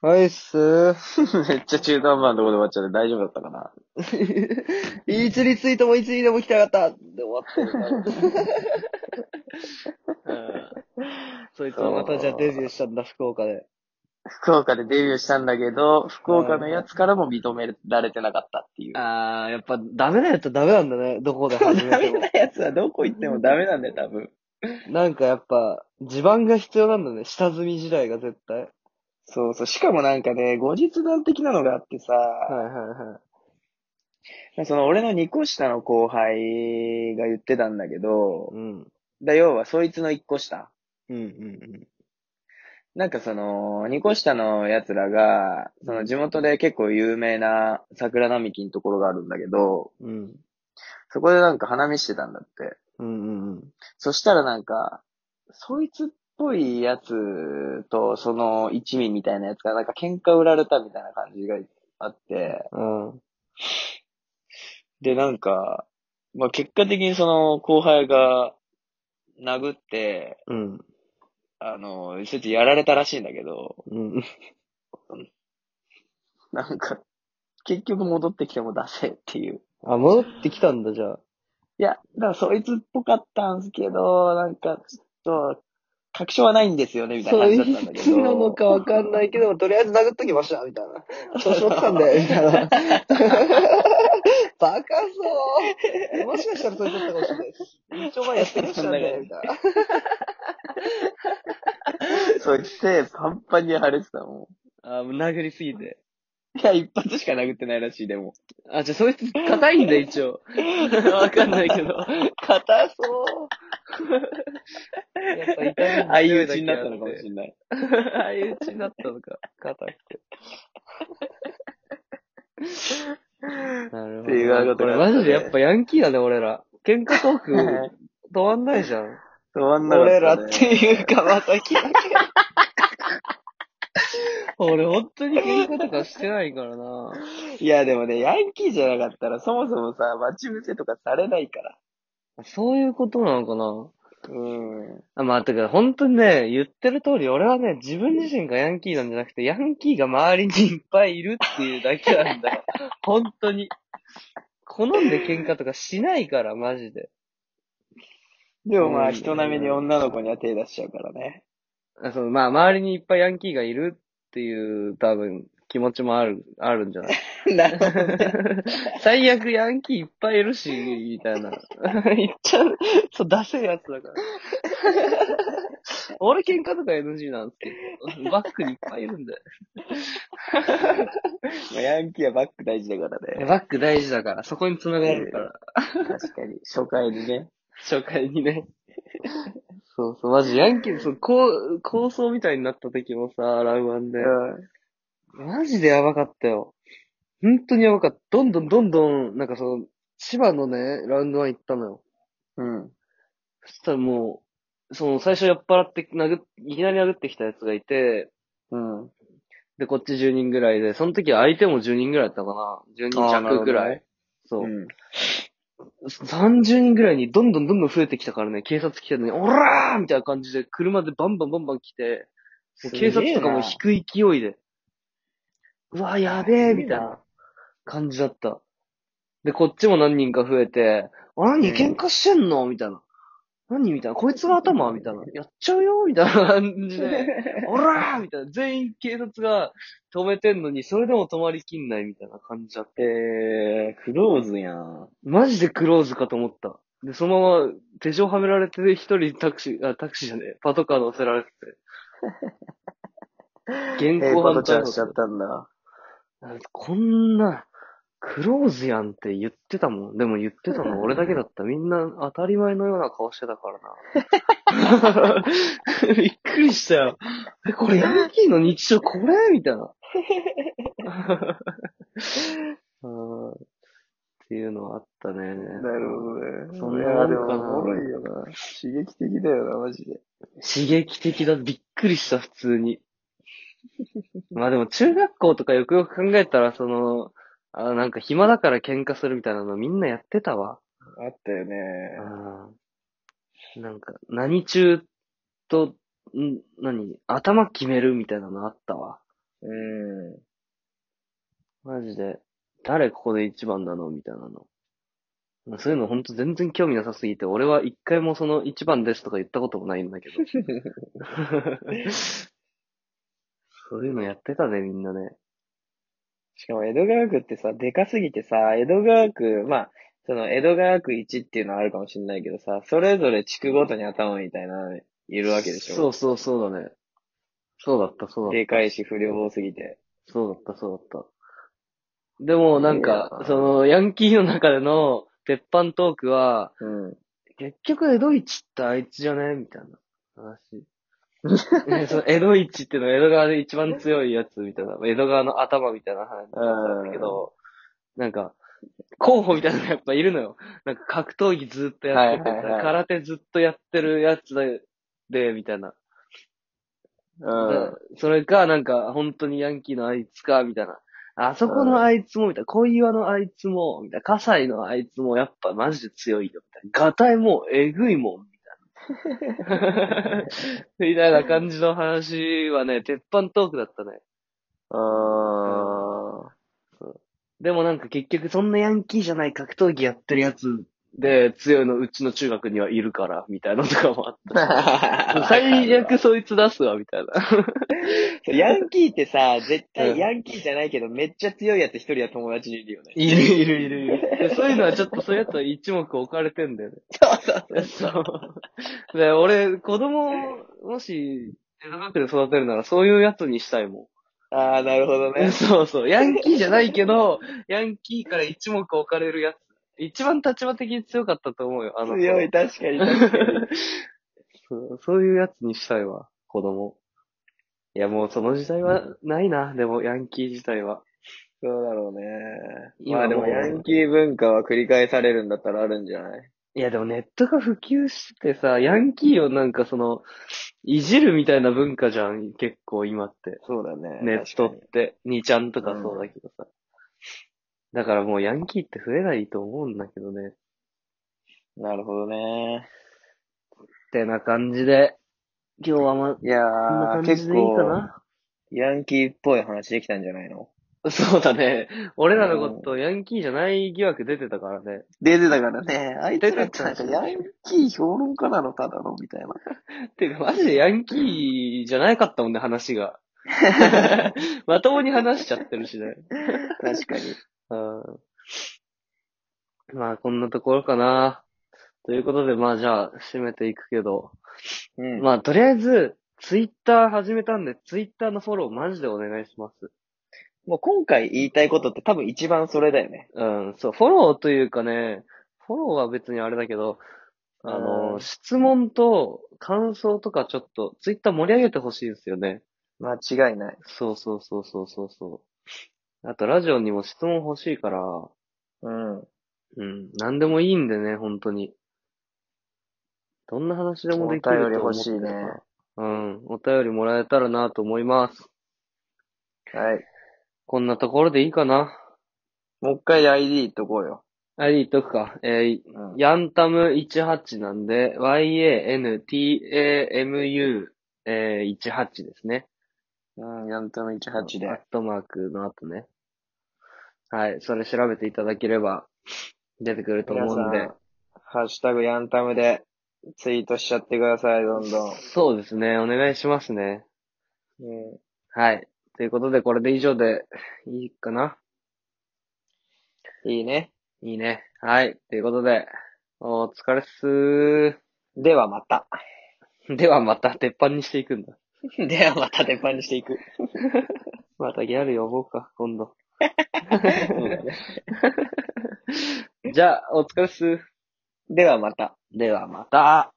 はいっす ー。めっちゃ中途半端なところで終わっちゃって大丈夫だったかないつリツイートもいつリでも来たかったって終わって るから。うんそいつもまたじゃあデビューしたんだ、福岡で。福岡でデビューしたんだけど、福岡のやつからも認められてなかったっていう。あー、やっぱダメなやつはダメなんだね、どこで始めダてメもな。やつはどこ行ってもダメなんだよ、多分。 なんかやっぱ、地盤が必要なんだね、下積み時代が絶対。そうそう。しかもなんかね、後日談的なのがあってさ、はいはいはい。その俺の2個下の後輩が言ってたんだけどう、ん。だ要はそいつの1個下。うんうんなんかその、2個下の奴らが、その地元で結構有名な桜並木のところがあるんだけど、うん。うん。そこでなんか花見してたんだって。うんうんうん。そしたらなんか、そいつっぽいやつと、その一味みたいなやつがなんか喧嘩売られたみたいな感じがあって、うん。でなんか、まあ結果的にその後輩が殴って、うん。あの、そいつやられたらしいんだけど、うん。なんか、結局戻ってきても出せっていう。あ、戻ってきたんだ、じゃあ。いや、だからそいつっぽかったんすけど、なんか、ちょっと、確証はないんですよね、みたいなそ感うじいだったんだけつど。なのかわかんないけど、とりあえず殴っときました、みたいな。調子乗ってたんだよ、みたいな。 バカそう。もしかしたらそれだったかもしれないし。一丁前やってましたんだよ、みたいな。そいつ手パンパンに腫れてたもあ、もう殴りすぎて。ん。いや、一発しか殴ってないらしい、でも。あ、じゃあそいつ硬いんだ、一応。わかんないけど。硬そう。やっぱ痛い相打ちになったのかもしれれない。ない。相打ちになったのか。硬くて。なるほど。っていうこことがあれったねマジでやっぱヤンキーだね、俺ら。喧嘩ト ーク止まんないじゃん。止まんな俺からった、ね。っていうか、また気だけ。俺本当に喧嘩とかしてないからな。いや、でもね、ヤンキーじゃなかったら、そもそもさ、待ち伏せとかされないから。そういうことなのかな。うん。あまあ、てか、本当にね、言ってる通り、俺はね、自分自身がヤンキーなんじゃなくて、ヤンキーが周りにいっぱいいるっていうだけなんだよ。本当に。好んで喧嘩とかしないから、マジで。でもまうあ、ん人並みに女の子には手出しちゃうからね。あそのまあ、周りにいっぱいヤンキーがいるっていう、多分、気持ちもある、あるんじゃない なるほど。 最悪ヤンキーいっぱいいるし、みたいな。言っちゃう、そう、出せるやつだ から。俺喧嘩とか NG なんですけど、バックにいっぱいいるんだよ。まあヤンキーはバック大事だからね。バック大事だから、そこに繋がるから。 確かに。初回にね。初回にね。そうそう、マジヤンキー、そう、こう、構想みたいになった時もさ、ラウマンで。マジでやばかったよ。本当にやばかった。どんどんどんどん、なんかその、千葉のね、ラウンドワン行ったのよ。うん。うん。そしたらもう、その、最初酔っ払って、殴っ、いきなり殴ってきたやつがいて、うん。で、こっち10人ぐらいで、その時は相手も10人ぐらいだったかな。10人あーなる弱ほどねぐらい。そう。うん。 30人ぐらいにどんどんどんどん増えてきたからね、警察来てるのに、オラーみたいな感じで、車でバンバンバンバン来て、もう警察とかも引すく勢いで、うわ、やべえ、みたいな感じだった。で、こっちも何人か増えて、あ、何喧嘩してんのみたいな。何みたいな。こいつが頭みたいな。やっちゃうよみたいな感じげえ で、な。オラーみたいな。全員警察が止めてんのに、それでも止まりきんないみたいな感じだった。えー、クローズやん。マジでクローズかと思った。で、そのまま手錠はめられて、一人タクシー、あ、タクシーじゃねえ、パトカー乗せられてて。現行犯逮捕しちゃったんだ。あこんな、クローズやんって言ってたもん。でも言ってたの俺だけだった。みんな当たり前のような顔してたからな。 びっくりしたよ。え、これヤンキーの日常これみたいな。 うんっていうのはあったね。なるほどね。そんないや、でもんかなも、おもろいよな。刺激的だよな、マジで。刺激的だ。びっくりした、普通に。まあでも中学校とかよくよく考えたら、その、あなんか暇だから喧嘩するみたいなのみんなやってたわ。あったよね。うんなんか、何中と、ん何頭決めるみたいなのあったわ。うん。マ ジで、誰ここで一番なのみたいなの。そういうのほんと全然興味なさすぎて、俺は一回もその一番ですとか言ったこともないんだけど。そういうのやってたね、みんなね。しかも江戸川区ってさ、でかすぎてさ、江戸川区、まあ、その江戸川区1っていうのはあるかもしれないけどさ、それぞれ地区ごとに頭みたいなのいるわけでしょ。そうそうそうだね。そうだった、そうだっでかいし不良多すぎて。た。そうだった、そうだった。でもなんいかや、その、ヤンキーの中での鉄板トークは、うん。結局江戸一ってあいつじゃねみたいな 話。ねその江戸一っていうのは江戸川で一番強いやつみたいな、江戸川の頭みたいな話なんだけど、なんか、候補みたいなのやっぱいるのよ。なんか格闘技ずっとやってて、はいはいはい空手ずっとやってるやつで、で、みたいな。うん。それか、なんか、本当にヤンキーのあいつか、みたいな。あそこのあいつも、みたいな。小岩のあいつも、みたいな。葛西のあいつも、やっぱマジで強いよ、みたいな。ガタイも、えぐいもん、みたい な。みたいな感じの話はね、鉄板トークだったね。 あでもなんか結局、そんなヤンキーじゃない格闘技やってるやつで、強いのうちの中学にはいるから、みたいなのとかもあっーた。最悪そいつ出すわ、みたいな。そうヤンキーっ てさ、絶うん対ヤンキーじゃないけど、めっちゃ強いやつ一人は友達にいるよね。 いるいるいるいる。でそういうのはちょっとそういうやつは一目置かれてんだよね。そう。で、俺、子供、もし、江戸川区で育てるならそういうやつにしたいもああ、なるほどねん。。そうそう。ヤンキーじゃないけど、ヤンキーから一目置かれるやつ。一番立場的に強かったと思うよ、あの子。強い、確かに確かに。そう。そういうやつにしたいわ、子供。いや、もうその時代はないな、でも、ヤンキー自体は。そうだろうね。今まあでももうヤンキー文化は繰り返されるんだったらあるんじゃないいや、でもネットが普及してさ、ヤンキーをなんかその、いじるみたいな文化じゃん、結構今って。そうだねネットって、2ちゃんとかそうだけどさ。だからもうヤンキーって増えないと思うんだけどね。なるほどね。ってな感じで、今日はま、いやこんなー、感じ結でいいか構、なヤンキーっぽい話できたんじゃないの そうだね。俺らのこと、ヤンキーじゃない疑惑出てたからね。出てたからね。あいつらってなんかヤンキー評論家なのただのみたいな。てか、マジでヤンキーじゃないかったもんね、話が。 まともに話しちゃってるしね。確かに。うんまあ、こんなところかな。ということで、まあ、じゃあ、締めていくけど。うん。 まあ、とりあえず、ツイッター始めたんで、ツイッターのフォローマジでお願いします。もう今回言いたいことって多分一番それだよね。うん、そう、フォローというかね、フォローは別にあれだけど、あうの、ん質問と感想とかちょっと、ツイッター盛り上げてほしいんですよね。間違いない。そうそうそうそうそうそう。あと、ラジオにも質問欲しいから、うん。うん、なんでもいいんでね、本当に。どんな話でもできお便るりと思って欲しいるねから。うん、お便りもらえたらなと思います。はい。こんなところでいいかな。もう一回 ID 言っとこうよ。あれ言っとくか。えー、うん。ヤンタム18なんで、yantamu18 ですね。うん、ヤンタム18でアッ。トマークの後ね。はい、それ調べていただければ出てくると皆思さうんでん。、ハッシュタグヤンタムでツイートしちゃってください、どんどん。そうですね、お願いしますね。うん。はい。ということで、これで以上でいいかないいね。いいね。はい。ということで、お疲れっすではまた。ー。 ではまた鉄板にしていくんだ。 ではまた鉄板にしてい く。またギャル呼ぼうか、今度。じゃあ、お疲れっすではまた。ではまた。